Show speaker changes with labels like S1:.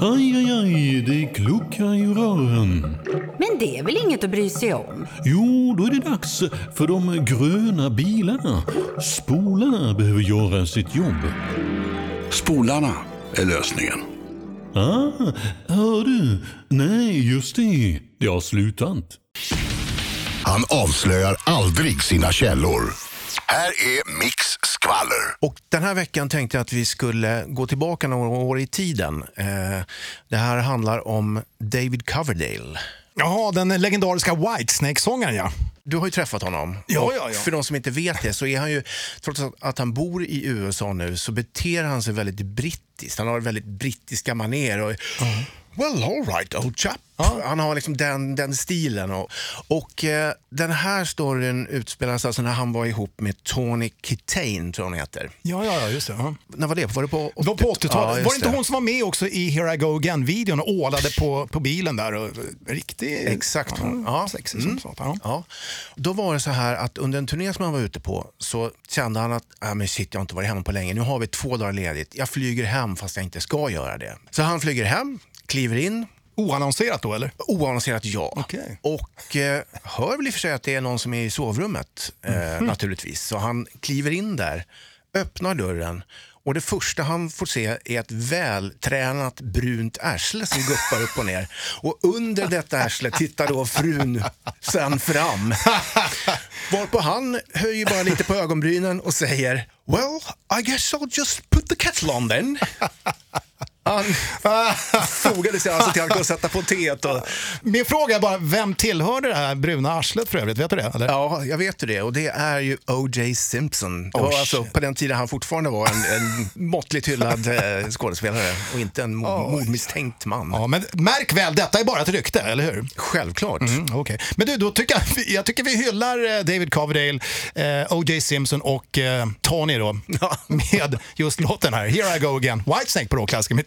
S1: Aj, aj, aj, det kluckar i rören.
S2: Men det är väl inget att bry sig om?
S1: Jo, då är det dags för de gröna bilarna. Spolarna behöver göra sitt jobb.
S3: Spolarna är lösningen.
S1: Ah, hör du? Nej, just det. Det har slutat.
S4: Han avslöjar aldrig sina källor. Här är Mix Skvaller.
S5: Och den här veckan tänkte jag att vi skulle gå tillbaka några år i tiden. Eh, Det här handlar om David Coverdale.
S6: Jaha, den legendariska Whitesnake-sångaren ja.
S5: Du har ju träffat honom.
S6: Ja,
S5: Och
S6: ja, ja.
S5: För de som inte vet det så är han ju, trots att- att han bor i USA nu, så beter han sig väldigt brittiskt. Han har väldigt brittiska manér. Och, Well, all right, old chap. Han har liksom den, den stilen. Och, och eh, den här storyn utspelas alltså när han var ihop med Tony Kitain, tror jag hon heter.
S6: Ja, ja, ja just det. Ja.
S5: När var det? Var det på
S6: Det var på 80-talet.
S5: Ja,
S6: var
S5: just
S6: det inte hon som var med också i Here I Go Again-videon och ålade på, på bilen där? Och, riktig...
S5: Exakt.
S6: Ja,
S5: Ja. Mm.
S6: Sexig som satan. Ja.
S5: Ja. Då var det så här att under en turné som han var ute på så kände han att äh, men shit, jag har inte varit hemma på länge. Nu har vi två dagar ledigt. Jag flyger hem fast jag inte ska göra det. Så han flyger hem, kliver in,
S6: Oannonserat då eller?
S5: oannonserat ja.
S6: Okej.
S5: Och eh, hör väl i och för sig att det är någon som är i sovrummet eh, naturligtvis. Så han kliver in där, öppnar dörren och det första han får se är ett vältränat brunt arsle som guppar upp och ner. Och under detta arsle tittar då frun sen fram. Varpå han höjer bara lite på ögonbrynen och säger Well, I guess I'll just put the kettle on then. Han Ah, fogade sig alltså till att gå och sätta på teet och
S6: Min fråga är bara, vem tillhörde det här bruna arslet för övrigt? Vet du det? Eller?
S5: Ja, jag vet ju det. Och det är ju O.J. Simpson. Det var
S6: Oh,
S5: alltså
S6: shit.
S5: på den tiden han fortfarande var en, en måttligt hyllad eh, skådespelare och inte en mord- mordmisstänkt man.
S6: Ja, men märk väl, detta är bara ett rykte, eller hur?
S5: Självklart.
S6: Mm, okej. Men du, då tycker jag, vi- jag tycker vi hyllar eh, David Coverdale, eh, O.J. Simpson och eh, Tony då, med just låten här, Here I Go Again. Whitesnake på rockklassiker med